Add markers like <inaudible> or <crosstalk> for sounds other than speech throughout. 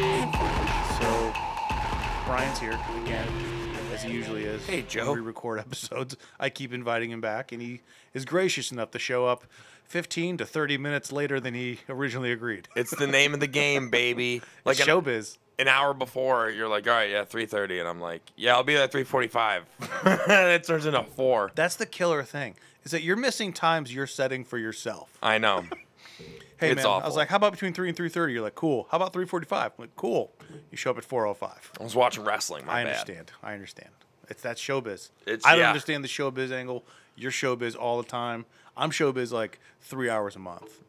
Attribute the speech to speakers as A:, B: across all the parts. A: So Brian's here again, as he usually is.
B: Hey, Joe.
A: We record <laughs> episodes. I keep inviting him back, and he is gracious enough to show up 15 to 30 minutes later than he originally agreed.
B: It's the name of the game, baby. Like
A: It's
B: an,
A: showbiz.
B: an hour before, you're like, all right, yeah, 3:30, and I'm like, yeah, I'll be there
A: <laughs>
B: at 3:45. and it turns into four.
A: That's the killer thing. Is that you're missing times you're setting for yourself.
B: I know.
A: Hey
B: It's
A: man, I was
B: awful.
A: like, how about between three and three thirty? You're like, cool. How about three forty five? Like, cool. You show up at four oh five.
B: I was watching wrestling. My
A: I
B: bad.
A: understand. I understand. It's that showbiz.
B: It's-
A: I don't
B: yeah.
A: understand the showbiz angle. You're showbiz all the time. I'm showbiz like three hours a month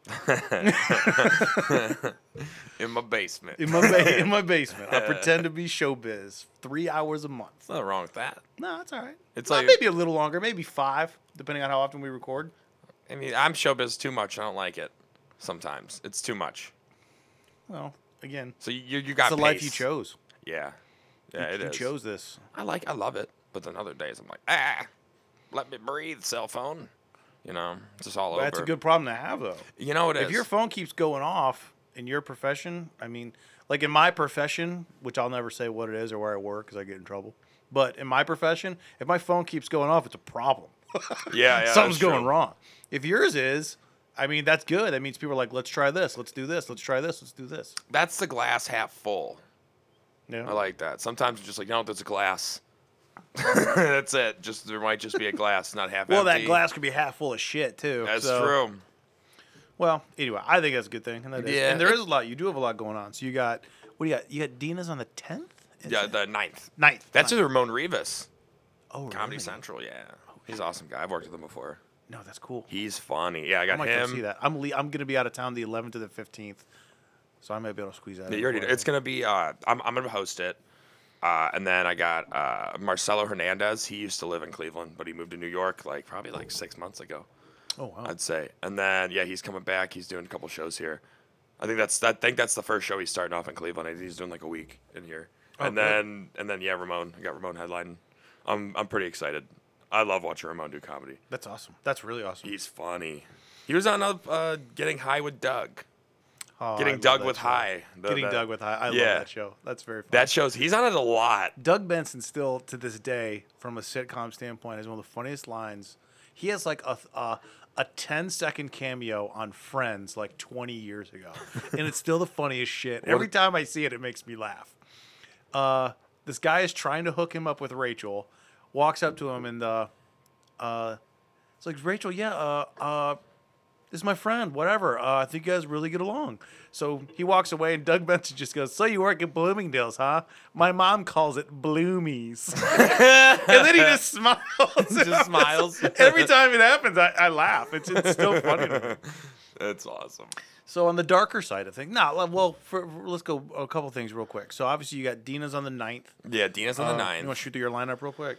B: In my basement.
A: in my ba-
B: <laughs>
A: in my basement. I pretend to be showbiz three hours a month.
B: Nothing wrong with that.
A: No, it's all right.
B: It's
A: Well,
B: like-
A: maybe a little longer, maybe five, depending on how often we record.
B: I mean, I'm showbiz too much. I don't like it. Sometimes it's too much.
A: Well, again,
B: So you you
A: it's
B: got
A: the life you
B: pace.
A: chose.
B: Yeah, yeah, it is.
A: you chose this.
B: I like I love it, but then other days I'm like, ah, let me breathe, cell phone. You know, it's just all over.
A: That's a good problem to have, though.
B: You know it is.
A: if your phone keeps going off in your profession, I mean, like in my profession, which I'll never say what it is or where I work because I get in trouble. But in my profession, if my phone keeps going off, it's a problem.
B: yeah, yeah, that's
A: Something's going
B: true.
A: wrong. If yours is, I mean, that's good. That means people are like, let's try this, let's do this, let's try this, let's do this.
B: That's the glass half full.
A: Yeah.
B: I like that. Sometimes it's just like, no, there's a glass. <laughs> That's it. Just there might just be a glass, not half
A: well,
B: empty.
A: that glass could be half full of shit too.
B: That's
A: so-
B: true.
A: Well, anyway, I think that's a good thing, and that is.
B: Yeah.
A: And there is a lot. You do have a lot going on. So you got what do you got? You got Dina's on the tenth.
B: Yeah, the ninth.
A: ninth.
B: That's
A: ninth.
B: with Ramon Rivas.
A: oh,
B: Comedy
A: really?
B: Central. Yeah, he's an awesome guy. I've worked with him before.
A: No, that's cool.
B: He's funny. Yeah, I got
A: I might
B: him.
A: go see that. I'm le- I'm gonna be out of town the 11th to the 15th, so I might be able to squeeze that.
B: Yeah,
A: in
B: you already know.
A: before
B: It's
A: then.
B: gonna be. Uh, I'm I'm gonna host it. Uh, and then I got uh, Marcelo Hernandez. He used to live in Cleveland, but he moved to New York like probably like six months ago,
A: Oh wow.
B: I'd say. And then yeah, he's coming back. He's doing a couple shows here. I think that's I think that's the first show he's starting off in Cleveland. I think he's doing like a week in here.
A: Oh,
B: and
A: good.
B: then and then yeah, Ramon. I got Ramon headlining. I'm I'm pretty excited. I love watching Ramon do comedy.
A: That's awesome. That's really awesome.
B: He's funny. He was on uh, Getting High with Doug.
A: Oh, I
B: Getting
A: love
B: Doug
A: that
B: with
A: show.
B: High. The-
A: Getting
B: the-
A: Doug with high. I
B: Yeah.
A: love that show. That's very. Fun.
B: That shows he's on it a lot.
A: Doug Benson still to this day, from a sitcom standpoint, is one of the funniest lines. He has like a a, a 10 second cameo on Friends like 20 years ago, and it's still the funniest shit. Every time I see it, it makes me laugh. Uh, this guy is trying to hook him up with Rachel, walks up to him and uh, uh, it's like Rachel, yeah, uh, uh, this is my friend, whatever. Uh, I think you guys really get along. So he walks away, and Doug Benson just goes, "So you work at Bloomingdale's, huh? My mom calls it Bloomies." <laughs> and then he just smiles.
B: Just smiles.
A: <laughs> Every time it happens, I, I laugh. It's, it's still funny. To me.
B: That's awesome.
A: So on the darker side of things, nah. Well, for, for- let's go a couple things real quick. So obviously you got Dina's on the 9th.
B: Yeah, Dina's on
A: Uh,
B: the nine.
A: You want to shoot through your lineup real quick?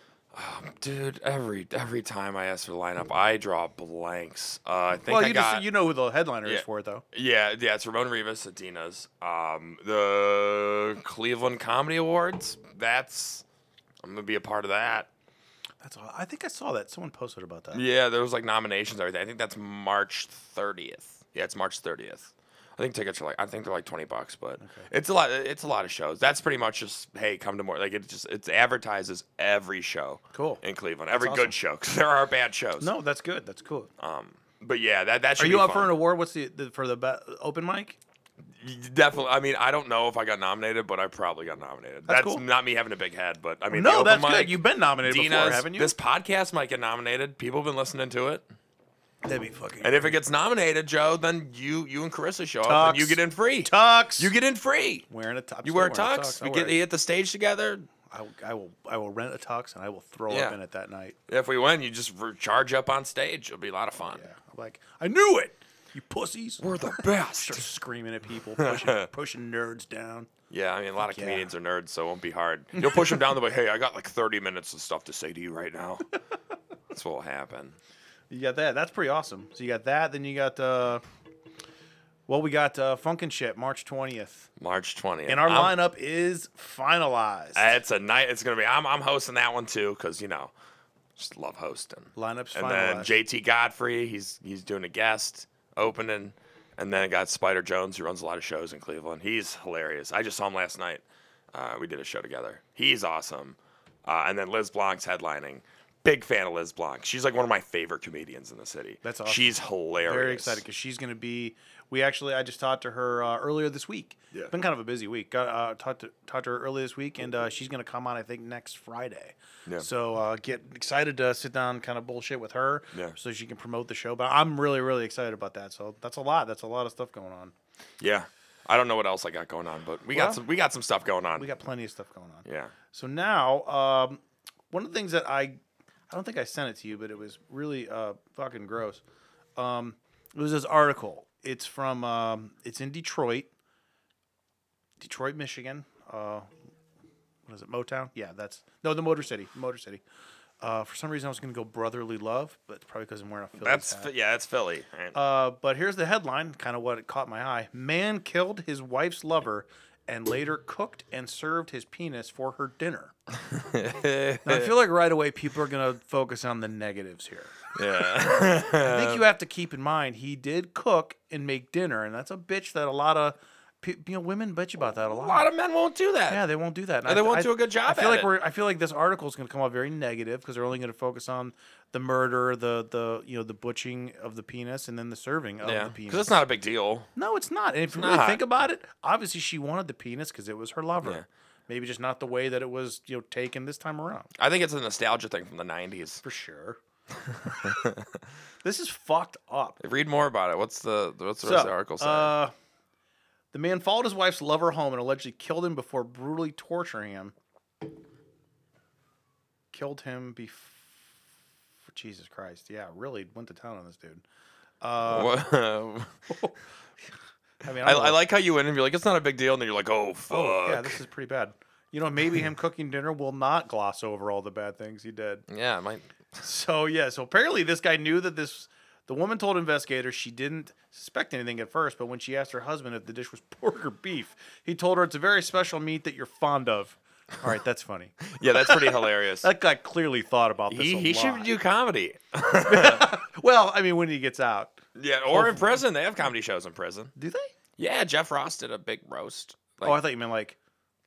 B: Dude, every every time I ask for the lineup, I draw blanks. Uh, I think
A: Well,
B: I
A: you
B: got
A: just you know who the headliner is
B: Yeah.
A: for it though.
B: yeah yeah. It's Ramon Rivas at Dina's. Um, the Cleveland Comedy Awards. That's I'm gonna be a part of that.
A: That's all. I think I saw that someone posted about that.
B: Yeah, there was like nominations and everything. I think that's March 30th. Yeah, it's March 30th. I think tickets are like I think they're like 20 bucks, but it's a lot it's a lot of shows. That's pretty much just hey, come to more. Like it just it advertises every show.
A: Cool.
B: In Cleveland. Every
A: awesome.
B: good show cuz there are bad shows.
A: No, that's good. That's cool.
B: Um but yeah, that that should
A: Are you
B: be
A: up
B: fun.
A: for an award? What's the, the for the be- open mic?
B: Y- Definitely. I mean, I don't know if I got nominated, but I probably got nominated. That's,
A: cool.
B: not me having a big head, but I mean, the
A: no, that's
B: open mic,
A: good. You've been nominated before,
B: Dina's-
A: haven't you?
B: This podcast might get nominated. People have been listening to it.
A: That'd be fucking.
B: And if it gets nominated, Joe, then you you and Carissa show up
A: Tux.
B: and you get in free.
A: tux.
B: You get in free.
A: wearing a tux.
B: You wear a
A: Still wearing
B: tux.
A: I
B: We
A: wear
B: get
A: it.
B: hit the stage together.
A: I, will- I will. I will rent a tux and I will throw up
B: Yeah.
A: in it that night.
B: If we win, you just re- charge up on stage. It'll be a lot of fun.
A: Yeah. I'm like, I knew it. You pussies.
B: We're the best. <laughs>
A: Start screaming at people, pushing, pushing nerds down.
B: Yeah, I mean, a lot of
A: yeah.
B: comedians are nerds, so it won't be hard. You'll push them down the way. Hey, I got like 30 minutes of stuff to say to you
A: <laughs>
B: right now. That's what will happen.
A: You got that. That's pretty awesome. So you got that. Then you got uh, well, we got uh, Funkin' Shit March twentieth,
B: March 20th.
A: and our
B: I'm-
A: lineup is finalized.
B: Uh, It's a night. It's gonna be. I'm I'm hosting that one too because you know, just love hosting.
A: Lineup's
B: and uh, then
A: finalized.
B: JT Godfrey, he's he's doing a guest opening, and then I got Spider Jones, who runs a lot of shows in Cleveland. He's hilarious. I just saw him last night. Uh, we did a show together. He's awesome. Uh, and then Liz Blanc's headlining. Big fan of Liz Blanc. She's like one of my favorite comedians in the city.
A: That's awesome.
B: She's hilarious.
A: Very excited because she's going to be. We actually, I just talked to her uh, earlier this week.
B: Yeah.
A: been kind of a busy week. Got uh, talked to talked to her earlier this week, and uh, she's going to come on. I think next Friday.
B: Yeah.
A: So uh, get excited to sit down, and kind of bullshit with her.
B: Yeah.
A: So she can promote the show. But I'm really, really excited about that. So that's a lot. That's a lot of stuff going on.
B: Yeah. I don't know what else I got going on, but we
A: Well,
B: got some we got some stuff going on.
A: We got plenty of stuff going on.
B: yeah.
A: So now, um, one of the things that I, I don't think I sent it to you, but it was really uh, fucking gross. Um, it was this article. It's from, um, it's in Detroit, Detroit, Michigan. Uh, what is it? Motown? Yeah, that's no, the Motor City, Motor City. Uh, for some reason, I was going to go Brotherly Love, but it's probably because I'm wearing a Phillies
B: That's
A: hat.
B: Ph- yeah, that's Philly. right?
A: Uh, but here's the headline, kind of what caught my eye. Man killed his wife's lover and later cooked and served his penis for her dinner.
B: <laughs>
A: now, I feel like right away people are going to focus on the negatives here.
B: Yeah.
A: I think you have to keep in mind he did cook and make dinner, and that's a bitch that a lot of pe- you know women bitch about that <laughs> a lot.
B: a lot of men won't do that.
A: yeah, they won't do that. And
B: And they
A: I-
B: won't
A: I-
B: do a good job
A: I feel
B: at
A: like
B: it.
A: we're. I feel like this article is going to come out very negative because they're only going to focus on the murder, the the you know the butching of the penis, and then the serving of
B: yeah.
A: the penis.
B: Because it's not a big deal.
A: No, it's not. And if you really
B: not.
A: think about it, obviously she wanted the penis because it was her lover.
B: Yeah.
A: Maybe just not the way that it was, you know, taken this time around.
B: I think it's a nostalgia thing from the '90s.
A: For sure. <laughs> this is fucked up.
B: Read more about it. What's the what's the
A: So,
B: rest of the article say?
A: uh, the man followed his wife's lover home and allegedly killed him before brutally torturing him. Killed him before. Jesus Christ. Yeah, really went to town on this dude. uh,
B: <laughs> What-
A: I mean,
B: I,
A: don't
B: I
A: know.
B: like how you went and you're like, it's not a big deal, and then you're like, oh fuck.
A: Oh, yeah,
B: yeah,
A: this is pretty bad. You know, maybe him cooking dinner will not gloss over all the bad things he did.
B: it might.
A: So yeah, so apparently this guy knew that this. The woman told investigators she didn't suspect anything at first, but when she asked her husband if the dish was <laughs> pork or beef, he told her it's a very special meat that you're fond of. All right, that's funny.
B: <laughs> Yeah, that's pretty hilarious.
A: <laughs> That guy clearly thought about this.
B: he
A: a
B: he should
A: lot.
B: do comedy.
A: well. I mean, when he gets out,
B: yeah, or in prison. They have comedy shows in prison.
A: do they?
B: Yeah, Jeff Ross did a big roast. Like,
A: oh, I thought you meant like,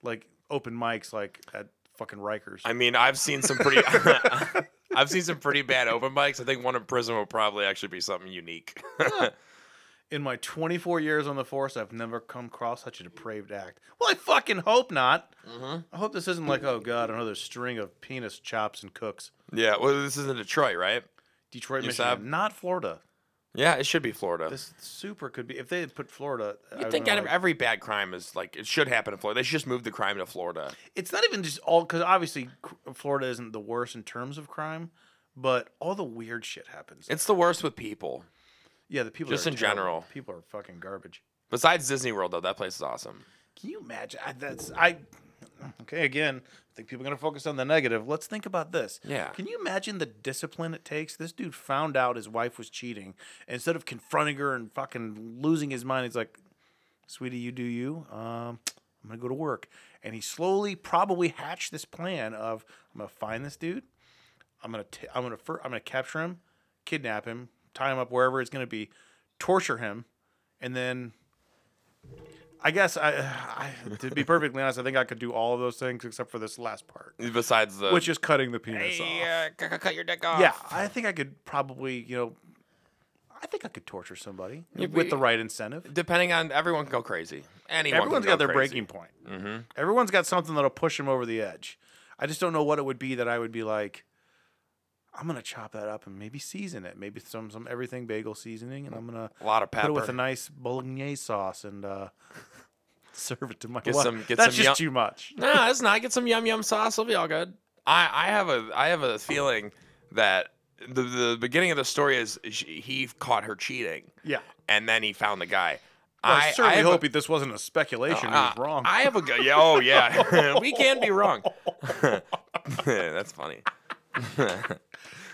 A: like open mics, like at fucking Rikers.
B: I mean, I've seen some pretty. <laughs> I've seen some pretty bad open mics. I think one in prison will probably actually be something unique. <laughs>
A: In my 24 years on the force, I've never come across such a depraved act. Well, I fucking hope not.
B: Mm-hmm.
A: I hope this isn't like, oh god, another string of penis chops and cooks.
B: yeah, well, this is in Detroit, right?
A: Detroit,
B: You
A: Michigan,
B: sab-
A: not Florida.
B: Yeah, it should be Florida.
A: This super could be if they had put Florida. I
B: you
A: would've
B: think
A: been
B: out of
A: like-
B: every bad crime is like it should happen in Florida. They should just move the crime to Florida.
A: it's not even just all because obviously C- Florida isn't the worst in terms of crime, but all the weird shit happens.
B: It's the worst with people.
A: yeah, the people
B: just
A: are
B: in
A: terrible.
B: general.
A: people are fucking garbage.
B: Besides Disney World, though, that place is awesome.
A: Can you imagine? I, that's I. Okay, again, I think people are gonna focus on the negative. Let's think about this.
B: Yeah.
A: Can you imagine the discipline it takes? This dude found out his wife was cheating. Instead of confronting her and fucking losing his mind, he's like, "Sweetie, you do you. Um, I'm gonna go to work." And he slowly, probably hatched this plan of, "I'm gonna find this dude. I'm gonna, t- I'm gonna, fir- I'm gonna capture him, kidnap him, tie him up wherever it's gonna be, torture him, and then." I guess I, <sighs> I, to be perfectly honest, I think I could do all of those things except for this last part,
B: Besides the
A: which is cutting the penis off.
B: Hey, uh, c- c- cut your dick off.
A: Yeah, I think I could probably, you know, I think I could torture somebody with the
B: we-
A: right incentive.
B: Depending on everyone can go crazy. Anyone.
A: Everyone's
B: can
A: got
B: go
A: their
B: crazy. Mm-hmm.
A: breaking point. Everyone's got something that'll push them over the edge. I just don't know what it would be that I would be like. I'm gonna chop that up and maybe season it, maybe some some everything bagel seasoning, and I'm gonna
B: A lot of
A: put
B: pepper.
A: it with a nice bolognese sauce and uh, <laughs> serve it to my
B: Get
A: wife.
B: some- get
A: That's
B: some
A: just
B: yum-
A: too much.
B: nah, it's not. Get some yum yum sauce. It'll be all good. I, I have a I have a feeling that the the beginning of the story is she, he caught her cheating.
A: Yeah.
B: and then he found the guy.
A: I, certainly
B: have
A: hope
B: a-
A: he- this wasn't a speculation.
B: uh,
A: it was wrong.
B: I have a good. Yeah, oh yeah, <laughs> we can be
A: <laughs>
B: wrong. That's funny.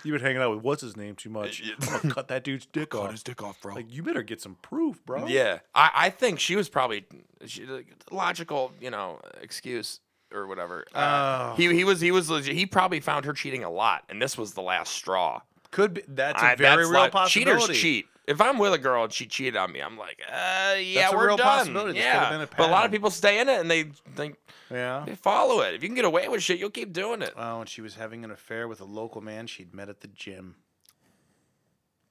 A: You've been hanging out with what's his name too much.
B: Yeah.
A: I'm gonna cut that
B: <laughs>
A: dude's dick
B: Cut
A: off.
B: his dick off, bro.
A: Like you better get some proof, bro.
B: Yeah, I, I think she was probably she, like, logical, you know, excuse or whatever. Uh,
A: Oh.
B: He he was he was legit. he probably found her cheating a lot, and this was the last straw.
A: could be. That's a
B: I-
A: very real
B: like-
A: possibility.
B: Cheaters cheat. If I'm with a girl and she cheated on me, I'm like, uh, yeah,
A: That's a
B: we're
A: real
B: done.
A: possibility. This could have
B: Yeah,
A: been a
B: but a lot
A: pattern.
B: of people stay in it and they think
A: Yeah.
B: they follow it. If you can get away with shit, you'll keep doing it.
A: Oh, and she was having an affair with a local man she'd met at the gym.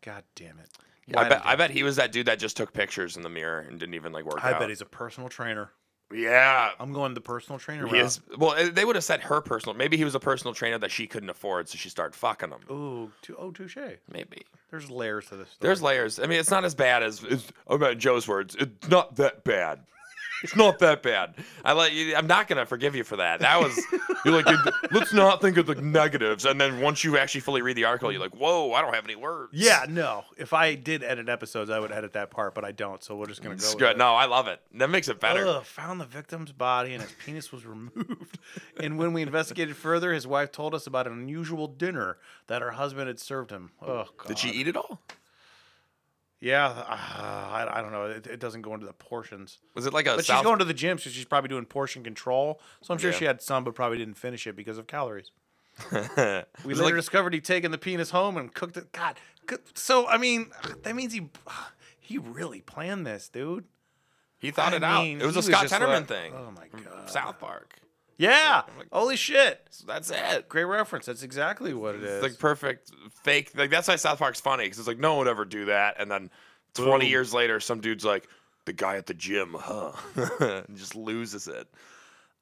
A: God damn it!
B: I
A: Why
B: bet
A: did
B: I bet he was that dude that just took pictures in the mirror and didn't even like work
A: I,
B: out.
A: bet he's a personal trainer.
B: yeah,
A: I'm going the personal trainer
B: He
A: route.
B: is, well, eh, they would have said her personal. Maybe he was a personal trainer that she couldn't afford, so she started fucking him.
A: Ooh, tu- oh, touche.
B: Maybe
A: There's layers to this. Story.
B: there's layers. I mean, it's not as bad as it's, about Joe's words. It's not that bad. It's not that bad. I let you. I'm not gonna forgive you for that. That was you're like. "It- Let's not think of the negatives. And then once you actually fully read the article, you're like, whoa, I don't have any words.
A: yeah, no. If I did edit episodes, I would edit that part, but I don't. So we're just gonna go.
B: it's
A: with
B: good.
A: it.
B: No, I love it. That makes it better.
A: Ugh, found the victim's body and his penis was removed. <laughs> and when we investigated further, his wife told us about an unusual dinner that her husband had served him. Oh, God.
B: Did she eat it all?
A: Yeah, uh, I, I don't know. It, it doesn't go into the portions.
B: Was it like a
A: But
B: South?
A: she's going to the gym, so she's probably doing portion control. So I'm sure
B: Yeah.
A: she had some, but probably didn't finish it because of calories. <laughs> We
B: Was it
A: later
B: like-
A: discovered he'd taken the penis home and cooked it. God, cook- so I mean, that means he <sighs> he really planned this, dude.
B: he thought
A: I
B: it
A: mean,
B: out. It was
A: he
B: a Scott
A: just
B: Tenorman
A: like-
B: thing.
A: Oh my god.
B: South Park.
A: Yeah. Holy shit.
B: So that's it.
A: Great reference. That's exactly what it is.
B: It's like perfect fake. Like that's why South Park's funny because it's like no one would ever do that, and then 20
A: Boom.
B: years later, some dude's like the guy at the gym, huh? <laughs> and just loses it.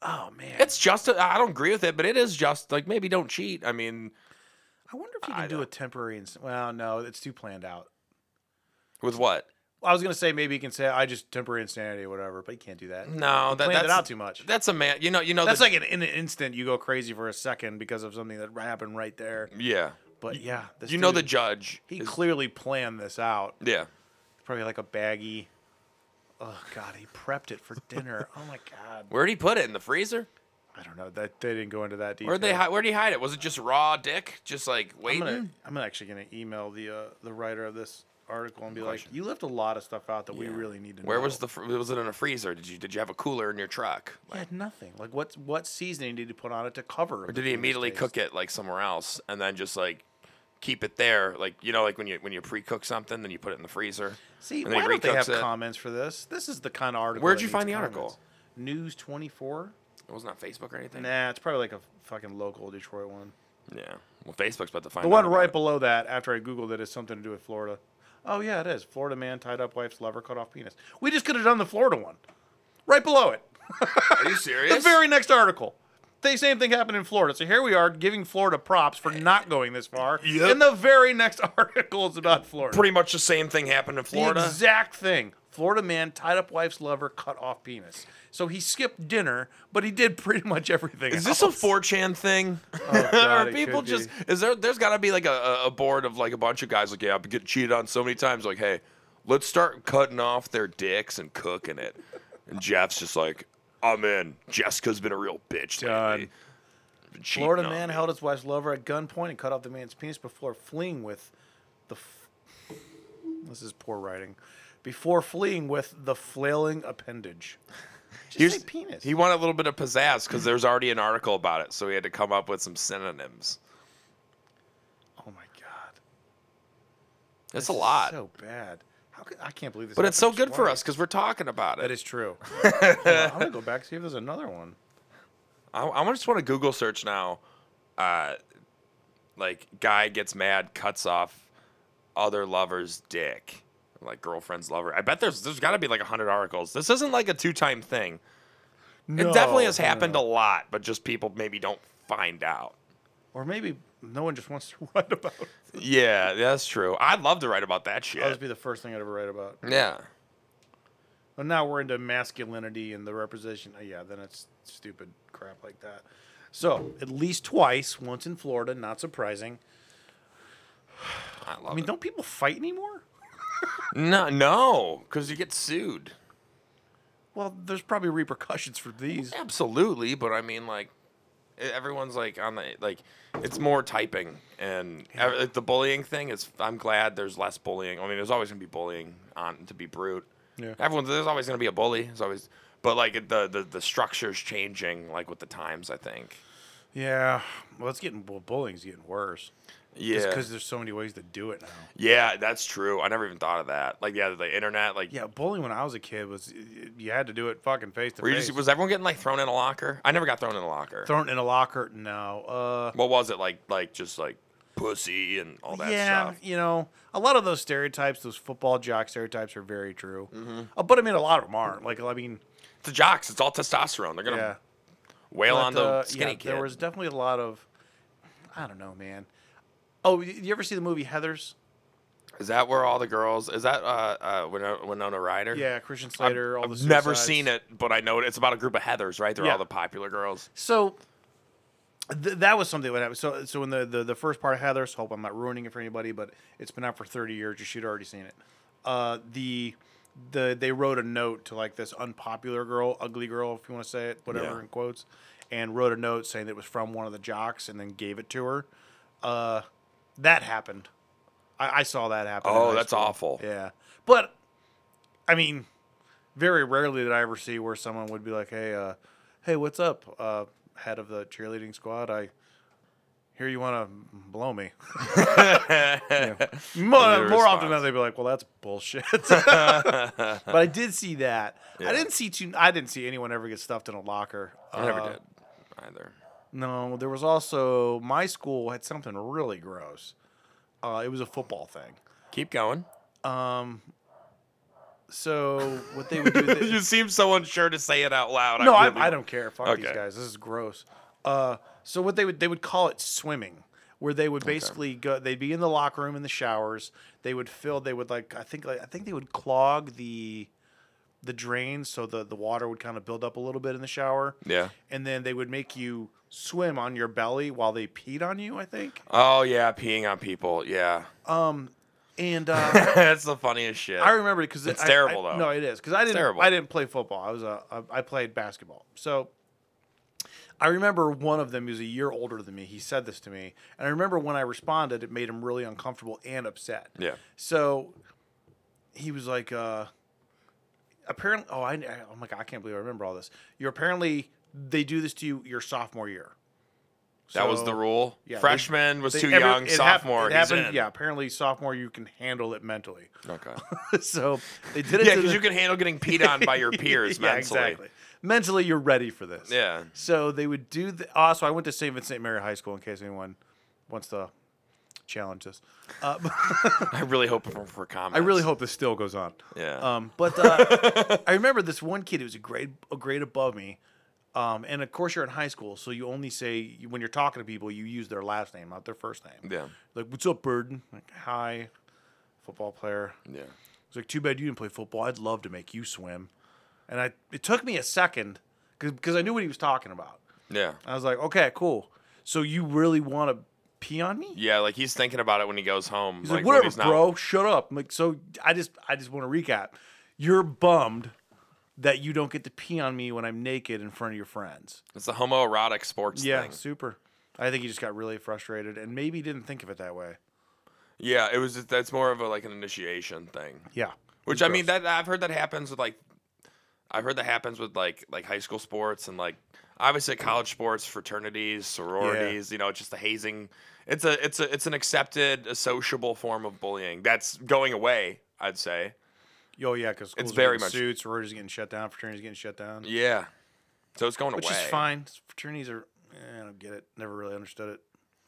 A: oh man.
B: It's just I I don't agree with it, but it is just like maybe don't cheat. I mean,
A: I wonder if you can
B: I
A: do a temporary. Ins- well, no, it's too planned out.
B: with what?
A: I was gonna say maybe you can say I just temporary insanity or whatever, but you can't do that.
B: No, that,
A: planned
B: that's
A: it out too much.
B: That's a man. You know, you know.
A: That's
B: the-
A: like an, in an instant you go crazy for a second because of something that happened right there.
B: yeah.
A: But yeah, this
B: You know the
A: dude,
B: judge.
A: he
B: is-
A: clearly planned this out.
B: yeah.
A: Probably like a baggie. Oh god, he prepped it for dinner. Oh my god,
B: Where'd he put it in the freezer?
A: I don't know that they didn't go into that detail.
B: Where'd they hi- Where'd he hide it? Was it just raw dick? Just like
A: I'm
B: waiting.
A: gonna, I'm actually gonna email the uh, the writer of this article and be
B: Question.
A: like, you left a lot of stuff out that we
B: Yeah.
A: really need to know.
B: Where was the? Fr- was it in a freezer? Did you Did you have a cooler in your truck?
A: He had nothing. Like what what seasoning did he put on it to cover?
B: Or did he immediately cook it like somewhere else and then just like keep it there? Like you know, like when you when you pre cook something, then you put it in the freezer.
A: See,
B: and
A: why don't they
B: recooks
A: have
B: it.
A: comments for this? This is the kind of article.
B: Where'd
A: that
B: you
A: needs
B: find the
A: comments.
B: article?
A: News twenty four.
B: It wasn't on Facebook or anything.
A: Nah, it's probably like a fucking local Detroit one.
B: Yeah. Well, Facebook's about to find
A: The one
B: out
A: right
B: about
A: below that, after I googled it, is something to do with Florida. Oh yeah, it is. Florida man tied up wife's lover, cut off penis. We just could have done the Florida one, right below it.
B: it. Are you serious?
A: The very next article. The same thing happened in Florida. So here we are giving Florida props for not going this far.
B: Yep.
A: And the very next <laughs> article is about Florida.
B: Pretty much the same thing happened in Florida.
A: The exact thing. Florida man tied up wife's lover, cut off penis. So he skipped dinner, but he did pretty much everything.
B: is this
A: <laughs>
B: a
A: else. Oh,
B: 4chan thing?
A: God,
B: Are
A: it
B: people
A: could
B: just
A: be.
B: is there? There's got to be like a, a- a board of like a bunch of guys like yeah, I've been getting cheated on so many times. Like hey, let's start cutting off their dicks and cooking it. And Jeff's just like, I'm in. Jessica's been a real bitch
A: Done.
B: lately. Been cheating
A: Florida
B: on
A: man
B: me."
A: held his wife's lover at gunpoint and cut off the man's penis before fleeing with the. F- this is poor writing. Before fleeing with the flailing appendage.
B: <laughs>
A: Just say
B: Here's-
A: penis.
B: He wanted a little bit of pizzazz because there's already an article about it, so he had to come up with some synonyms.
A: oh my god.
B: It's a
A: This is
B: lot,
A: So bad. How could, I can't believe this.
B: but it's so
A: happened
B: good for
A: twice.
B: us because we're talking about
A: That
B: it.
A: is
B: <laughs>
A: true. Hold on, I'm gonna go back see if there's another one.
B: I, I just want to Google search now. Uh, like guy gets mad, cuts off other lover's dick, like girlfriend's lover. I bet there's there's got to be like hundred articles. This isn't like a two time thing. it definitely has
A: No, no,
B: happened
A: no.
B: a lot, but just people maybe don't find out.
A: Or maybe no one just wants to <laughs> write about. It.
B: Yeah, that's true. I'd love to write about that
A: That would
B: shit.
A: be the first thing I'd ever write about.
B: Yeah.
A: But now we're into masculinity and the representation. oh, Yeah, then it's stupid crap like that. So at least twice, once in Florida, not surprising.
B: I love
A: I mean,
B: it.
A: don't people fight anymore?
B: No, no, because you get sued.
A: Well, there's probably repercussions for these.
B: Absolutely, but I mean, like, e- everyone's like on the like, it's more typing and ev- like, the bullying thing is. I'm glad there's less bullying. I mean, there's always gonna be bullying on to be brute.
A: Yeah.
B: Everyone, there's always gonna be a bully. There's always, but like it- the the the structure's changing, like with the times. I think.
A: Yeah. Well, it's getting well, bullying's getting worse.
B: Yeah.
A: Because there's so many ways to do it now.
B: yeah, that's true. I never even thought of that. Like, yeah, the internet. Like,
A: Yeah, bullying when I was a kid was you had to do it fucking face to
B: were you
A: face.
B: just, was everyone getting like thrown in a locker? I never got thrown in a locker.
A: Thrown in a locker? No. Uh,
B: what was it like? Like just like pussy and all that
A: yeah,
B: stuff.
A: you know, a lot of those stereotypes, those football jock stereotypes, are very true.
B: Mm-hmm.
A: Uh, but I mean, a lot of them aren't. Like, I mean,
B: It's the jocks. It's all testosterone. They're gonna
A: yeah.
B: wail
A: But,
B: on the
A: uh,
B: skinny
A: yeah,
B: kid.
A: There was definitely a lot of, I don't know, man. Oh, y- you ever see the movie Heather's?
B: Is that where all the girls? Is that uh, uh Winona, Winona Ryder?
A: Yeah, Christian Slater. all the
B: I've never
A: suicides.
B: seen it, but I know it. It's about a group of heathers, right? They're
A: Yeah.
B: all the
A: <laughs>
B: popular girls.
A: So th- that was something that happened. So, so in the, the, the first part of Heather's, hope I'm not ruining it for anybody, but it's been out for 30 years. You should have already seen it. Uh, the the they wrote a note to like this unpopular girl, ugly girl, if you want to say it, whatever
B: Yeah.
A: in quotes, and wrote a note saying that it was from one of the jocks, and then gave it to her. Uh, that happened. I, I saw that happen. in
B: Oh,
A: high
B: that's awful.
A: yeah. But I mean, very rarely did I ever see where someone would be like, "Hey, uh, hey, what's up, uh, head of the cheerleading squad? I hear you want to blow me." <laughs>
B: <laughs>
A: More,
B: Your
A: more often than
B: response.
A: not, they'd be like, "Well, that's
B: <laughs>
A: bullshit." <laughs> but I did see that. I
B: Yeah.
A: didn't see too. I didn't see anyone ever get stuffed in a locker.
B: I never
A: Uh,
B: did either.
A: No, there was also my school had something really gross. Uh, it was a football thing.
B: Keep
A: <laughs>
B: going.
A: So what they would
B: <laughs>
A: do, they-
B: you seem so unsure to say it out loud.
A: No,
B: really-
A: I, I don't care. Fuck these
B: Okay.
A: guys. This is gross. Uh, so what they would they would call it swimming, where they would basically go. They'd be in the locker room in the showers. They would fill. They would like I think like I think they would clog the the drains so the the water would kind of build up a little bit in the shower.
B: Yeah.
A: And then they would make you swim on your belly while they peed on you. I think.
B: Oh yeah, peeing on people. Yeah, <laughs>
A: And uh,
B: that's the funniest shit.
A: I remember because
B: It's terrible, though.
A: No, it is because I didn't.
B: terrible.
A: I didn't play football. I was a. I- I played basketball. So I remember one of them who's a year older than me. He said this to me, and I remember when I responded, it made him really uncomfortable and upset.
B: yeah.
A: So he was like, uh, apparently, oh, I, I- oh my God, I can't believe I remember all this. You're apparently, they do this to you your sophomore year.
B: That was
A: So-
B: the rule.
A: yeah, they-
B: Freshman was
A: They-
B: too
A: every-
B: young.
A: it hap-
B: sophomore,
A: it
B: he's
A: happened-
B: in.
A: yeah. Apparently, sophomore, you can handle it mentally. <laughs>
B: Okay.
A: so they did it. to
B: Yeah, because
A: the-
B: you can handle getting peed on <laughs>
A: <laughs>
B: by your peers
A: yeah,
B: mentally.
A: Exactly. Mentally, you're ready for this.
B: Yeah.
A: So they would do the. Oh, so I went to St. Vincent Mary High School in case anyone wants to challenge this. Uh, <laughs>
B: I really hope for, for comments.
A: I really hope this still goes on.
B: Yeah.
A: Um, but
B: <laughs>
A: uh, I remember this one kid who was a grade a grade above me, um, and of course you're in high school, so you only say when you're talking to people, you use their last name, not their first name.
B: Yeah.
A: Like, what's up, Burden? Like, hi, football player.
B: Yeah.
A: It's like, too bad you didn't play football. I'd love to make you swim. And I, it took me a second because I knew what he was talking about.
B: Yeah.
A: I was like, okay, cool. So you really want to pee on me?
B: Yeah, like he's thinking about it when he goes home.
A: He's like,
B: when
A: whatever,
B: he's not-
A: bro. Shut up. I'm like, so I just, I just want to recap. You're bummed that you don't get to pee on me when I'm naked in front of your friends.
B: It's a homoerotic sports
A: Yeah,
B: thing.
A: super. I think he just got really frustrated and maybe didn't think of it that way.
B: Yeah, it was just, that's more of a like an initiation thing.
A: Yeah.
B: Which I mean that I've heard that happens with like I've heard that happens with like like high school sports and like obviously college sports, fraternities, sororities, you know, it's just the hazing. It's a it's a it's an accepted, a sociable form of bullying. That's going away, I'd say.
A: Oh yeah, because
B: It's very much-
A: suits. Sororities getting shut down. Fraternities getting shut down.
B: Yeah. So it's going
A: which
B: away.
A: is fine. Fraternities are, eh, I don't get it. Never really understood it.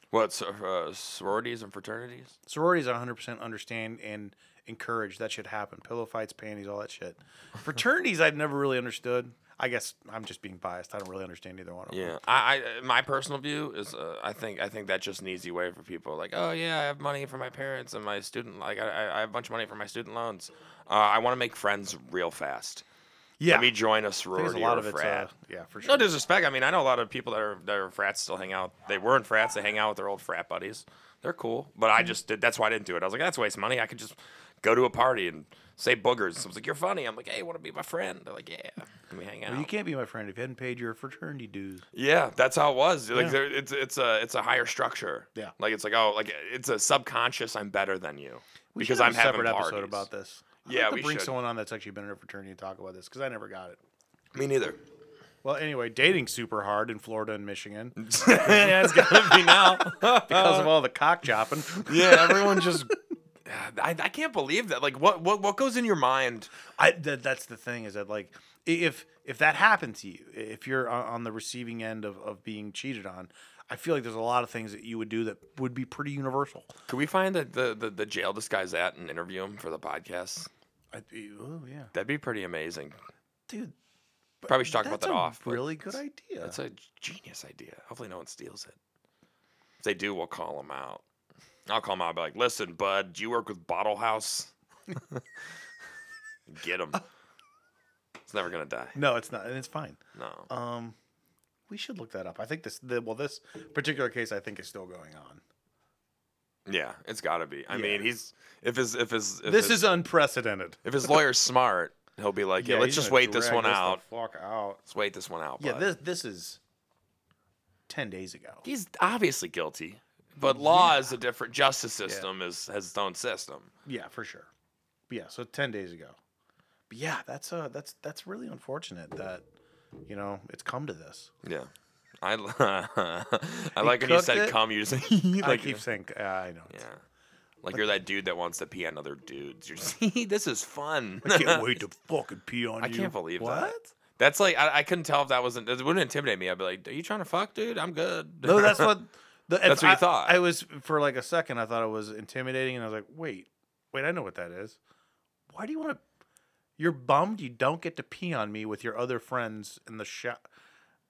B: What so, uh, sororities and fraternities?
A: Sororities, I 100% understand and encourage that should happen. Pillow fights, panties, all that
B: <laughs>
A: shit. Fraternities, I've never really understood. I guess I'm just being biased. I don't really understand either one of them.
B: Yeah, I, I my personal view is uh, I think I think that's just an easy way for people like oh yeah I have money for my parents and my student like I- I, I have a bunch of money for my student loans. Uh, I want to make friends real fast.
A: Yeah,
B: Let me join a
A: I think there's
B: sorority
A: a lot
B: or
A: of it's,
B: frat.
A: uh, yeah, for
B: no
A: sure.
B: disrespect. I mean, I know a lot of people that are that are frats still hang out. They were in frats. They hang out with their old frat
A: Hmm.
B: buddies. They're cool. But I just did. That's why I didn't do it. I was like, that's a waste of money. I could just go to a party and say boogers. So I was like, you're funny. I'm like, hey, want to be my friend? They're like, yeah. And we hang out.
A: Well, you can't be my friend if you hadn't paid your fraternity dues.
B: Yeah, that's how it was. Like
A: Yeah.
B: there, it's it's a it's a higher structure.
A: Yeah.
B: Like it's like oh like it's a subconscious I'm better than you
A: We should
B: because
A: have
B: I'm
A: a
B: having
A: separate
B: parties.
A: episode about this. I'd
B: Yeah,
A: like to
B: we
A: bring
B: should.
A: someone on that's actually been in a fraternity and talk about this because I never got it.
B: Me neither.
A: Well, anyway, dating super hard in Florida and <laughs> Michigan because
B: yeah, it's gotta
A: <laughs>
B: be now.
A: of all the cock chopping.
B: yeah, everyone just. I, I can't believe that. Like, what, what what goes in your mind?
A: <laughs> I that, that's the thing is that like i- if if that happened to you, if you're on on the receiving end of, of being cheated on, I feel like there's a lot of things that you would do that would be pretty universal.
B: Could we find the the, the, the jail this guy's at and interview him for the podcast?
A: I, oh yeah,
B: That'd be pretty amazing.
A: dude.
B: Probably should talk about
A: that's
B: that
A: a
B: off. but
A: Really good idea.
B: That's a genius idea. Hopefully, no one steals it. If they do, we'll call them out. I'll call them out. and be like, listen, bud, do you work with Bottle House? <laughs> Get him. It's never gonna die.
A: no, it's not, and it's fine.
B: No.
A: Um, we should look that up. I think this. The, well, this particular case, I think, is still going on.
B: Yeah, it's gotta be. I
A: yeah.
B: mean, he's if his if his if
A: this
B: his,
A: is unprecedented.
B: if his lawyer's smart, he'll be like, yeah,
A: he's
B: let's just
A: gonna
B: wait this
A: drag
B: one
A: the
B: out.
A: fuck out.
B: Let's wait this one out.
A: Yeah,
B: bud."
A: this this is ten days ago.
B: he's obviously guilty, but law is a different justice system is has its own system.
A: Yeah, for sure. But yeah, so ten days ago. But yeah, that's uh that's that's really unfortunate that you know it's come to this.
B: Yeah. I, <laughs> I like when you
A: cooked
B: said
A: it.
B: come,
A: <laughs>
B: you just like,
A: I keep saying uh, I know.
B: yeah. Like you're that dude that wants to pee on other dudes. You're just, <laughs> this is fun.
A: I
B: <laughs>
A: can't wait to fucking pee on
B: I
A: you.
B: can't believe
A: what?
B: that. That's like I, I couldn't tell if that wasn't. It wouldn't intimidate me. I'd be like, "Are you trying to fuck, dude? I'm <laughs> good."
A: No, that's what. The,
B: That's what you
A: I,
B: thought.
A: I was for like a second. I thought it was intimidating, and I was like, wait, wait, I know what that is. Why do you want to? You're bummed you don't get to pee on me with your other friends in the shop.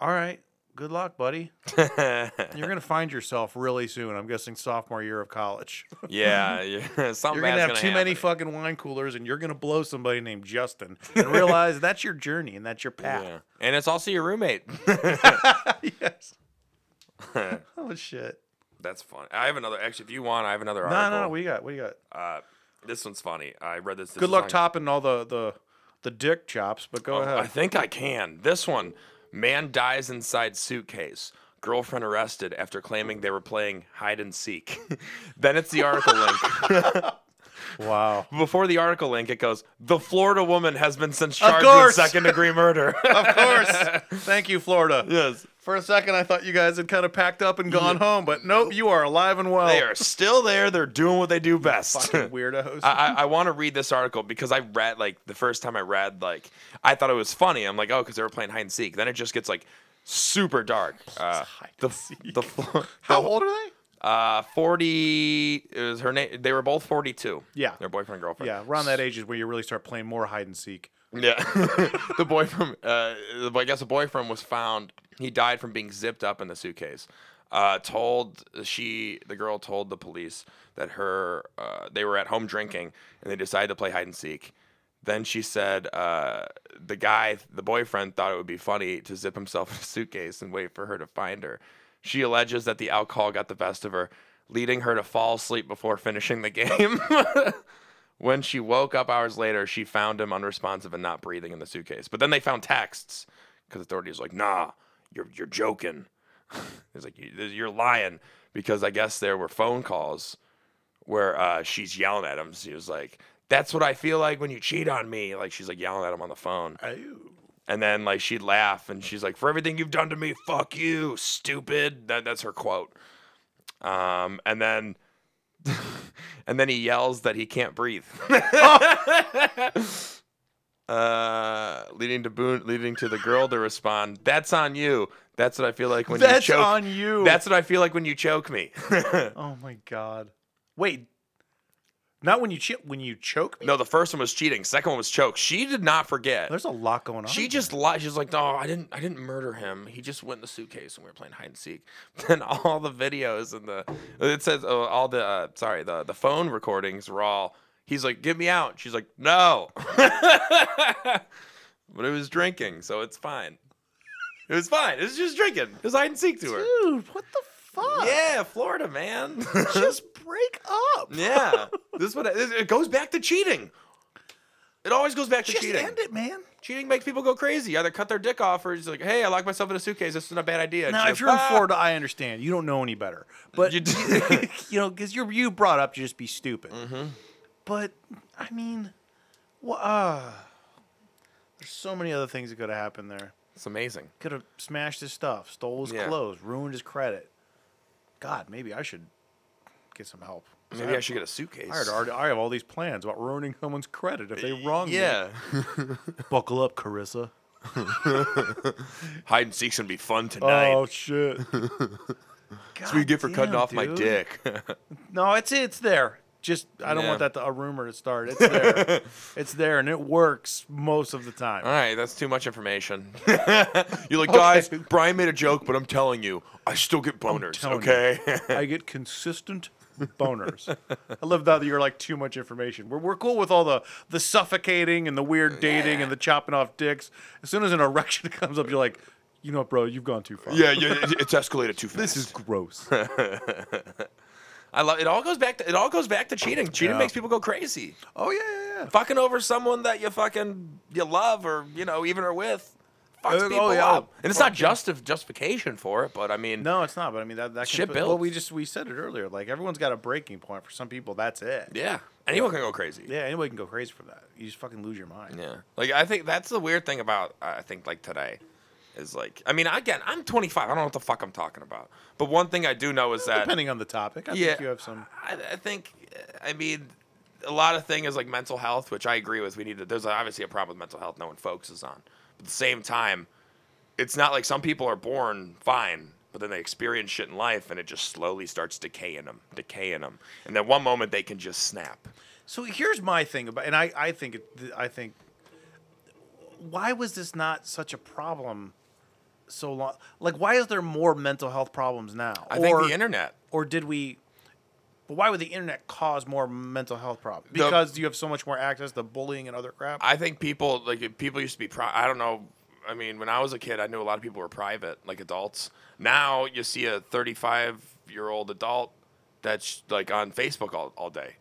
A: All right, good luck, buddy. You're gonna find yourself really soon. I'm guessing sophomore year of
B: <laughs>
A: college.
B: yeah, yeah. Something
A: You're gonna
B: bad's
A: have too many
B: happen.
A: fucking wine coolers, and you're gonna blow somebody named
B: <laughs>
A: Justin, and realize that's your journey and that's your
B: Yeah.
A: path.
B: And it's also your roommate.
A: <laughs>
B: <laughs>
A: yes. oh shit.
B: that's funny. I have another. Actually, if you want, I have another
A: No,
B: article.
A: no, no. What do you got? What do you got?
B: uh, this one's funny. I read this. this
A: Good
B: is
A: luck
B: on-
A: topping all the the the dick chops, but go
B: I
A: ahead.
B: think I can. This one. Man dies inside suitcase. Girlfriend arrested after claiming they were playing hide and seek. <laughs> then it's
A: <laughs>
B: the article link.
A: Wow.
B: Before the article link, it goes The Florida woman has been since
A: Of
B: charged with
A: course.
B: second
A: <laughs>
B: degree murder.
A: <laughs>
B: <laughs>
A: Of course. Thank you, Florida.
B: yes.
A: For a second, I thought you guys had kind of packed up and gone home, but nope, you are alive and well.
B: They are still there. They're doing what they do
A: <laughs>
B: best.
A: fucking weirdos.
B: <laughs> I, I, I want to read this article because I read like the first time I read like I thought it was funny. I'm like, oh, because they were playing hide and seek. Then it just gets like super dark. Uh,
A: hide
B: the
A: and seek. <laughs>
B: the flo-
A: How old are they?
B: uh, forty. It was her name. They were both forty two.
A: Yeah.
B: their boyfriend and girlfriend.
A: Yeah, around that age is where you really start playing more hide and seek.
B: Yeah. <laughs> the boyfriend, uh, the- I guess the boyfriend was found. He died from being zipped up in the suitcase. Uh, told she, the girl told the police that her, uh, they were at home drinking and they decided to play hide and seek. Then she said uh, the guy, the boyfriend, thought it would be funny to zip himself in a suitcase and wait for her to find her. She alleges that the alcohol got the best of her, leading her to fall asleep before finishing the game. <laughs> When she woke up hours later, she found him unresponsive and not breathing in the suitcase. But then they found texts because authorities were like, "Nah, you're you're joking." He's like, "You- "You're lying," because I guess there were phone calls where uh, she's yelling at him. She was like, "That's what I feel like when you cheat on me." Like she's like yelling at him on the phone, and then like she'd laugh and she's like, "For everything you've done to me, fuck you, stupid." That, that's her quote. Um, and then. <laughs> and then he yells that he can't breathe. <laughs> uh, leading to Boone, leading to the girl to respond, "That's on you. That's what I feel like when
A: That's
B: you choke.
A: on you.
B: That's what I feel like when you choke me."
A: oh my god. Wait, not when you chi- when you choke me.
B: no, the first one was cheating. Second one was choke. She did not forget.
A: There's a lot going on.
B: She
A: here.
B: just lied. She's like, no, I didn't. I didn't murder him. He just went in the suitcase and we were playing hide and seek. <laughs> Then all the videos and the it says uh, all the uh, sorry the the phone recordings were all. He's like, get me out. She's like, no. <laughs> but it was drinking, so it's fine. It was fine. It was just drinking. It was hide and seek to her.
A: dude, what the fuck?
B: Yeah, Florida man. <laughs>
A: just break up.
B: yeah, this is what it, it goes back to cheating. It always goes back to
A: Just
B: cheating.
A: end it, man.
B: Cheating makes people go crazy. Either cut their dick off or just like, hey, I locked myself in a suitcase. This is a bad idea. And
A: Now, if
B: she's like,
A: you're in
B: "Ah."
A: Florida, I understand. You don't know any better, but you,
B: You
A: <laughs>
B: d- Mm-hmm.
A: know, because you're you brought up to just be stupid. But I mean, wha- uh, there's so many other things that could have happened there.
B: it's amazing.
A: Could have smashed his stuff, stole his
B: Yeah.
A: clothes, ruined his credit. God, maybe I should get some help. 'Cause
B: Maybe
A: have-
B: I should get a suitcase.
A: I, had already, I have all these plans about ruining someone's credit if they wrong <laughs>
B: yeah.
A: me. Buckle up, Carissa.
B: Hide and seek's gonna be fun tonight.
A: Oh shit!
B: <laughs> That's what you get for cutting
A: Goddamn,
B: off my
A: dude.
B: dick. <laughs>
A: No, it's it's there. Just I don't
B: Yeah.
A: want that to, a rumor to start. It's
B: <laughs>
A: there. it's there, and it works most of the time.
B: All right, that's too much information. <laughs> You're like, guys, Brian made a joke, but I'm telling you, I still get boners,
A: telling
B: okay?
A: I get consistent boners. I love that you're like too much information. We're, we're cool with all the the suffocating and the weird dating and the chopping off dicks. As soon as an erection <laughs> comes up, you're like, you know, what, bro, you've gone too far.
B: <laughs> yeah, yeah, it- it's escalated too fast.
A: this is
B: <laughs>
A: gross.
B: I love it. All goes back to it. All goes back to cheating. Cheating
A: Yeah.
B: makes people go crazy.
A: oh yeah, yeah, yeah.
B: Fucking over someone that you fucking you love or you know even are with, fucks
A: Oh,
B: people
A: yeah.
B: up. And it's not just justification for it, but I mean,
A: No, it's not. But I mean, that that
B: Shit
A: can, Well, we
B: builds.
A: just we said it earlier. Like everyone's got a breaking point. For some people, that's it.
B: yeah, anyone can go crazy.
A: Yeah, anybody can go crazy for that. You just fucking lose your mind.
B: Yeah. Like I think that's the weird thing about uh, I think like today is like I mean again I'm 25 I don't know what the fuck I'm talking about but one thing I do know is that
A: Depending on the topic, I
B: yeah
A: think you have some.
B: I, I think uh, I mean a lot of thing is like mental health which I agree with we need to there's obviously a problem with mental health no one focuses on but at the same time it's not like some people are born fine but then they experience shit in life and it just slowly starts decaying them decaying them and then one moment they can just snap
A: So here's my thing about, and I I think it, th- I think why was this not such a problem so long? Like, why is there more mental health problems now?
B: I think the internet
A: or did we? But why would the internet cause more mental health problems?
B: The-
A: Because you have so much more access to bullying and other crap.
B: I think people like people used to be. Pri- I don't know. I mean, when I was a kid, I knew a lot of people were private, like adults. Now you see a 35 year old adult that's like on Facebook all, all day,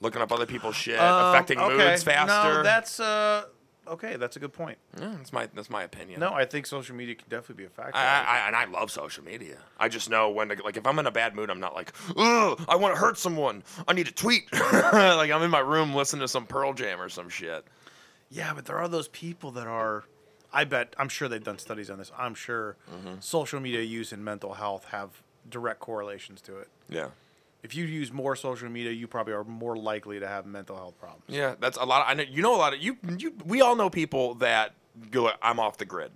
B: looking up other people's shit,
A: Um,
B: affecting
A: okay.
B: moods faster. Hmm.
A: No, that's uh, okay. That's a good point.
B: Yeah, that's my that's my opinion.
A: No, I think social media can definitely be a factor.
B: I, I, I, and I love social media. I just know when, to, like, if I'm in a bad mood, I'm not like, ugh, I want to hurt someone. I need to tweet. <laughs> like, I'm in my room listening to some Pearl Jam or some shit.
A: Yeah, but there are those people that are. I bet. I'm sure they've done studies on this. I'm sure social media use and mental health have direct correlations to it.
B: Yeah.
A: If you use more social media, you probably are more likely to have mental health problems.
B: Yeah, that's a lot. Of, I know you know a lot of you. You we all know people that go. I'm off the grid.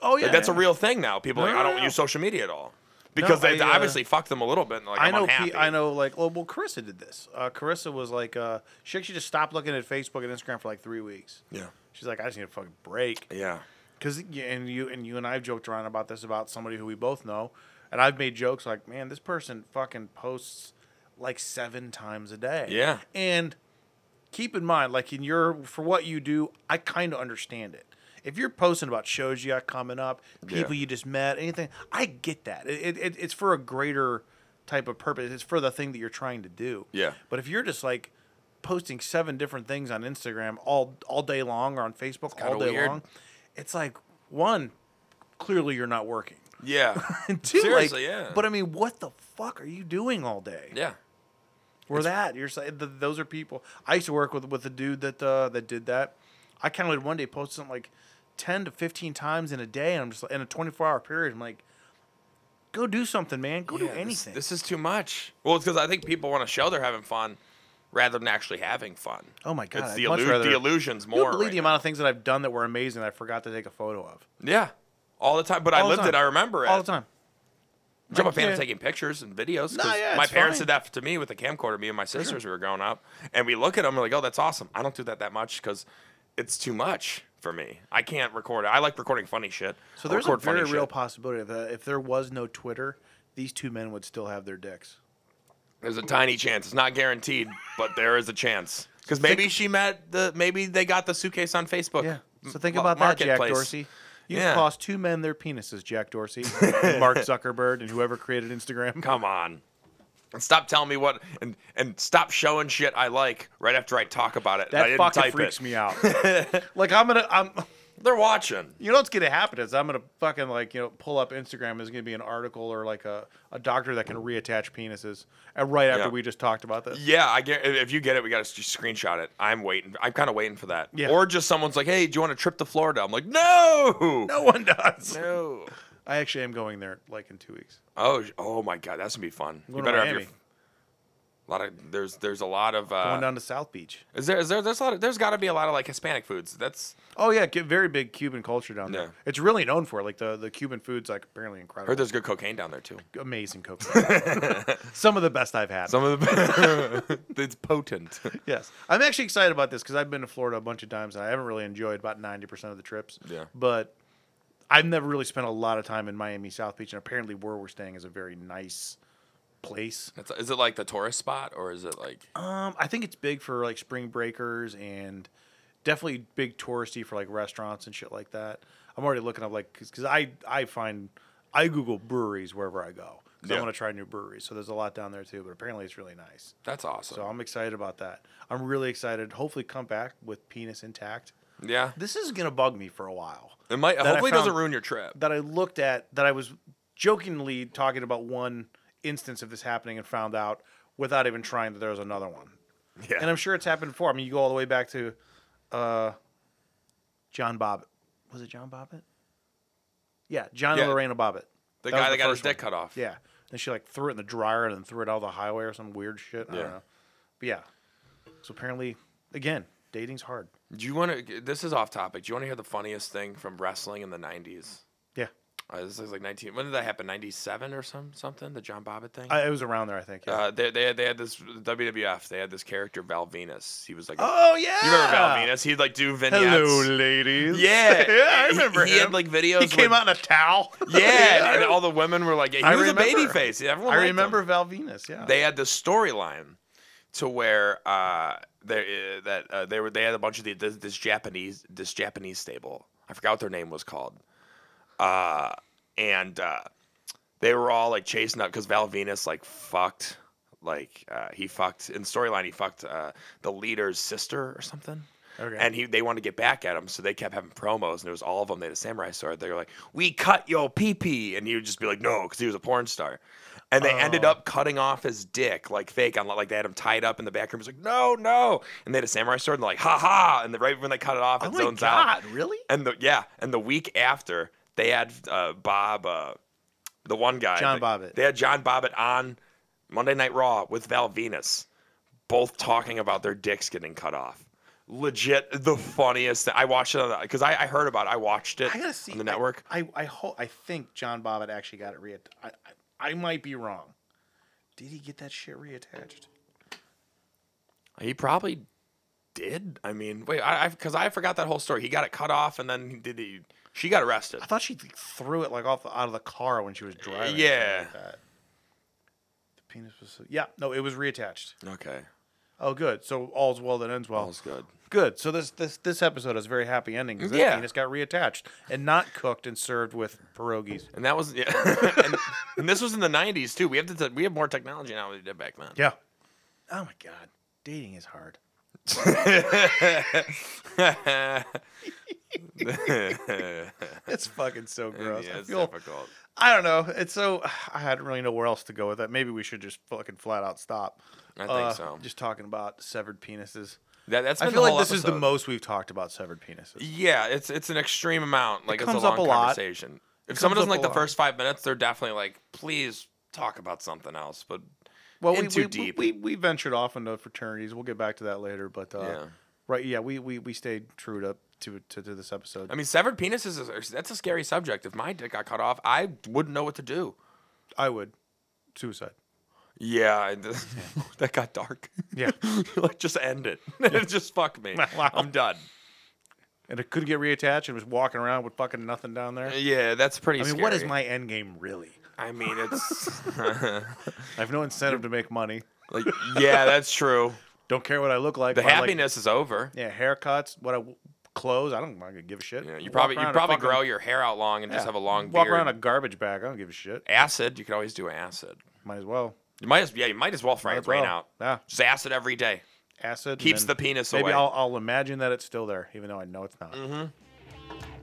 A: Oh yeah,
B: Like, that's a real thing now. People
A: No,
B: like
A: no,
B: I don't
A: no.
B: use social media at all because
A: I,
B: they
A: uh,
B: obviously fucked them a little bit. And like
A: I
B: I'm
A: know.
B: unhappy.
A: Pe- I know. Like, oh, well, well, Carissa did this. Uh, Carissa was like, uh, she actually just stopped looking at Facebook and Instagram for like three weeks.
B: Yeah.
A: She's like, I just need a fucking break.
B: Yeah.
A: Because and you and you and I've joked around about this about somebody who we both know, and I've made jokes like, "Man, this person fucking posts like seven times a day."
B: Yeah.
A: And keep in mind, like in your for what you do, I kind of understand it. If you're posting about shows you got coming up, people you just met, anything, I get that. It, it, it it's for a greater type of purpose. It's for the thing that you're trying to do.
B: Yeah.
A: But if you're just like posting seven different things on Instagram all all day long or on Facebook all
B: kinda
A: day
B: weird.
A: long, it's like one, clearly you're not working. <laughs>
B: Yeah.
A: And two,
B: Seriously,
A: like,
B: yeah.
A: But I mean, what the fuck are you doing all day?
B: yeah.
A: Or that you're saying th- those are people. I used to work with with a dude that uh, that did that. I counted one day posted something like ten to fifteen times in a day, and I'm just like, in a 24 hour period. I'm like, go do something, man. Go do
B: Yeah, this-
A: anything.
B: This, is too much. Well, it's because I think people want to show they're having fun rather than actually having fun.
A: oh my god,
B: it's
A: I'd
B: the,
A: much
B: illu-
A: rather-
B: the illusions
A: You
B: more.
A: don't believe
B: right
A: the amount of things that I've done that were amazing that I forgot to take a photo of.
B: now. Yeah. All the time, but I
A: All the
B: lived it.
A: time.
B: I remember it.
A: All the time.
B: Which I'm a
A: Like,
B: fan
A: yeah.
B: of taking pictures and videos. 'cause
A: Nah, yeah,
B: my
A: it's
B: parents
A: fine.
B: did that to me with a camcorder. Me and my sisters we were growing up, and we look at them and like, "Oh, that's awesome." I don't do that that much because it's too much for me. I can't record. I like recording funny shit.
A: So
B: I'll
A: there's a
B: record funny
A: very real
B: shit.
A: possibility that if there was no Twitter, these two men would still have their dicks.
B: there's a tiny chance. It's not guaranteed, but there is a chance because maybe she met the. Maybe they got the suitcase on Facebook.
A: So think
B: m-
A: about that, Jack
B: marketplace.
A: Dorsey. You
B: Yeah.
A: cost two
B: <laughs>
A: men their penises, Jack Dorsey, and Mark Zuckerberg, and whoever created Instagram.
B: Come on. And stop telling me what and and stop showing shit I like right after I talk about it. and I
A: That
B: didn't
A: fucking
B: type
A: freaks
B: it.
A: me
B: <laughs>
A: out. like I'm gonna, I'm.
B: They're watching.
A: You know what's gonna happen is I'm gonna fucking like you know pull up Instagram. There's gonna be an article or like a, a doctor that can reattach penises. And right after
B: Yeah.
A: we just talked about this,
B: Yeah, I get. If you get it, we gotta just screenshot it. I'm waiting. I'm kind of waiting for that.
A: Yeah.
B: Or just someone's like, "Hey, do you want a trip to Florida?" I'm like, "No,
A: no one does.
B: no."
A: I actually am going there like in two weeks.
B: Oh, sh- oh my God, that's gonna be fun.
A: I'm going
B: you
A: to
B: better
A: Miami.
B: have your. A lot of there's there's a lot of uh,
A: going down to South Beach.
B: is there is there there's a lot of, there's got to be a lot of like Hispanic foods. That's
A: Oh yeah, get very big Cuban culture down there.
B: Yeah.
A: It's really known for it. like the the Cuban food's like apparently incredible.
B: heard there's good cocaine down there too.
A: amazing
B: <laughs>
A: cocaine. Some of the best I've had.
B: Some of the <laughs> it's potent.
A: yes, I'm actually excited about this because I've been to Florida a bunch of times and I haven't really enjoyed about ninety percent of the trips.
B: Yeah.
A: but I've never really spent a lot of time in Miami South Beach, and apparently where we're staying is a very nice place.
B: That's, is it like the tourist spot or is it like
A: Um, I think it's big for like spring breakers and definitely big touristy for like restaurants and shit like that. I'm already looking up like because I I find I Google breweries wherever I go because I
B: Yeah.
A: want to try new breweries. So there's a lot down there too, but apparently it's really nice.
B: that's awesome?
A: So I'm excited about that. I'm really excited. Hopefully, come back with penis intact.
B: yeah,
A: This is gonna bug me for a while.
B: it might.
A: I
B: Hopefully, it doesn't
A: found-
B: ruin your trip.
A: That I looked at that I was jokingly talking about one instance of this happening and found out without even trying that there was another one.
B: Yeah.
A: <laughs> And I'm sure it's happened before. I mean, you go all the way back to uh, John Bobbitt. Was it John Bobbitt? Yeah, John
B: Yeah.
A: and Lorena Bobbitt.
B: The
A: That was
B: guy that got his
A: first one.
B: dick cut off.
A: Yeah. And she like threw it in the dryer and then threw it out of the highway or some weird shit. I
B: Yeah.
A: don't know. But yeah. So apparently, again, dating's hard.
B: Do you want to? This is off topic. Do you want to hear the funniest thing from wrestling in the '90s?
A: Yeah.
B: Uh, this is like 19. When did that happen? 97 or some something? The John Bobbitt thing.
A: I, it was around there, I think. Yeah.
B: uh, they, they, they had this WWF. They had this character Val Venus. He was like, a-
A: oh, yeah.
B: you remember Val Venus? He'd like do vignettes.
A: Hello, ladies.
B: Yeah,
A: <laughs> yeah, I
B: He-
A: remember
B: He,
A: him.
B: had like videos.
A: he came
B: with-
A: out in a towel.
B: <laughs>
A: <laughs>
B: Yeah, and all the women were like, yeah,
A: I
B: he was a baby
A: remember.
B: face. Everyone
A: I
B: liked him.
A: remember Val Venus. Yeah.
B: they had this storyline to where uh, they uh, that uh, they were they had a bunch of the, this, this Japanese this Japanese stable. I forgot what their name was called, uh, and uh, they were all like chasing up because Val Venus like fucked like uh, he fucked in storyline he fucked uh, the leader's sister or something.
A: Okay.
B: And he, they wanted to get back at him, so they kept having promos, and there was all of them. They had a samurai sword. They were like, "We cut yo pee pee," and he would just be like, "No," because he was a porn star. And they ended
A: Oh.
B: up cutting off his dick, like fake, on like they had him tied up in the back room. He's like, "No, no," and they had a samurai sword, and they're like, "Ha ha!" And the, right when they cut it off,
A: oh
B: it
A: my
B: zones out.
A: God, really?
B: And the yeah, and the week after they had uh, Bob, uh, the one guy,
A: John
B: they-
A: Bobbitt.
B: They had John Bobbitt on Monday Night Raw with Val Venus, both talking about their dicks getting cut off. Legit, the funniest thing. I watched it because I, I heard about it. I watched it
A: I gotta see
B: on the network.
A: I I, I, ho- I think John Bobbitt actually got it reattached. I, I I might be wrong. Did he get that shit reattached?
B: He probably did. I mean, wait, I because I, forgot that whole story. He got it cut off, and then he did he? She got arrested.
A: I thought she th- threw it like off the, out of the car when she was driving. or something
B: Uh, Yeah.
A: like that. The penis was. Yeah. No, it was reattached.
B: Okay,
A: Oh, good. So all's well that ends well.
B: all's good.
A: Good. So this this this episode has a very happy ending because that
B: Yeah.
A: penis got reattached and not cooked and served with pierogies.
B: And that was yeah. <laughs> and, and this was in the '90s too. We have to t- we have more technology now than we did back then.
A: Yeah. Oh my God, dating is hard. <laughs>
B: yeah,
A: It's fucking
B: <laughs>
A: so gross. I
B: it's
A: feel
B: difficult.
A: I don't know. It's so <sighs> I don't really know where else to go with that. Maybe we should just fucking flat out stop.
B: I think
A: Uh,
B: so.
A: Just talking about severed penises.
B: That, that's
A: I
B: been
A: feel
B: the
A: like
B: whole
A: this is the
B: episode.
A: most we've talked about severed penises.
B: Yeah, it's it's an extreme amount. Like
A: comes
B: it's a
A: up
B: long
A: a lot.
B: conversation. If someone
A: comes up
B: doesn't like
A: a
B: the
A: lot.
B: first five minutes, they're definitely like, please talk about something else. But
A: Well, we,
B: and too
A: we,
B: deep.
A: We, we we ventured off into fraternities. We'll get back to that later. But uh,
B: Yeah.
A: right, yeah, we, we we stayed true to to to, to this episode.
B: I mean, severed penises is that's a scary subject. If my dick got cut off, I wouldn't know what to do.
A: I would suicide.
B: Yeah, I-
A: <laughs>
B: <laughs> that got dark. <laughs>
A: Yeah, <laughs>
B: like just end it. <laughs> just fuck me.
A: Wow.
B: I'm done.
A: and it could get reattached and was walking around with fucking nothing down there.
B: Yeah, that's pretty.
A: I mean, what is
B: scary.
A: my end game really?
B: I mean,
A: <laughs>
B: it's <laughs>
A: I have no incentive to make money.
B: like yeah, that's true.
A: Don't care what I look like.
B: The
A: but I like-
B: happiness is over.
A: Yeah, haircuts, what I clothes. I don't, I don't give a shit.
B: You, know, you
A: Walk
B: probably you
A: around in
B: probably
A: fucking-
B: grow your hair out long and just
A: yeah,
B: have a long
A: walk
B: beard.
A: around in a garbage bag. I don't give a shit.
B: acid. You could always do acid.
A: Might as well.
B: You might as yeah, you might as well try
A: Might as
B: it rain
A: well.
B: out.
A: Yeah.
B: Just acid every day.
A: Acid and
B: Keeps
A: then
B: the penis
A: Maybe
B: away. Mm-hmm.
A: I'll, I'll imagine that it's still there, even though I know it's not.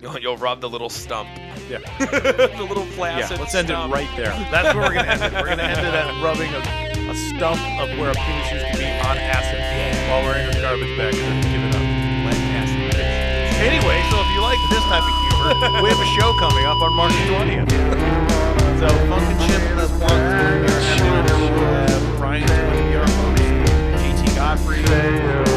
B: You'll, you'll rub the little
A: <laughs>
B: stump.
A: Yeah.
B: the little
A: Yeah,
B: flaccid
A: let's end it
B: stump.
A: right there. <laughs> That's where we're gonna end it. We're gonna end it at rubbing a, a stump of where a penis used to be on acid while wearing a garbage bag and then giving up.
B: Wet acid bitch.
A: Anyway, so if you like this type of <laughs> humor, we have a show coming up on March 20th. So Funkin' Chip and us Blunt is going to be our headliners. Uh, Brian's going to be our host. GT Godfrey.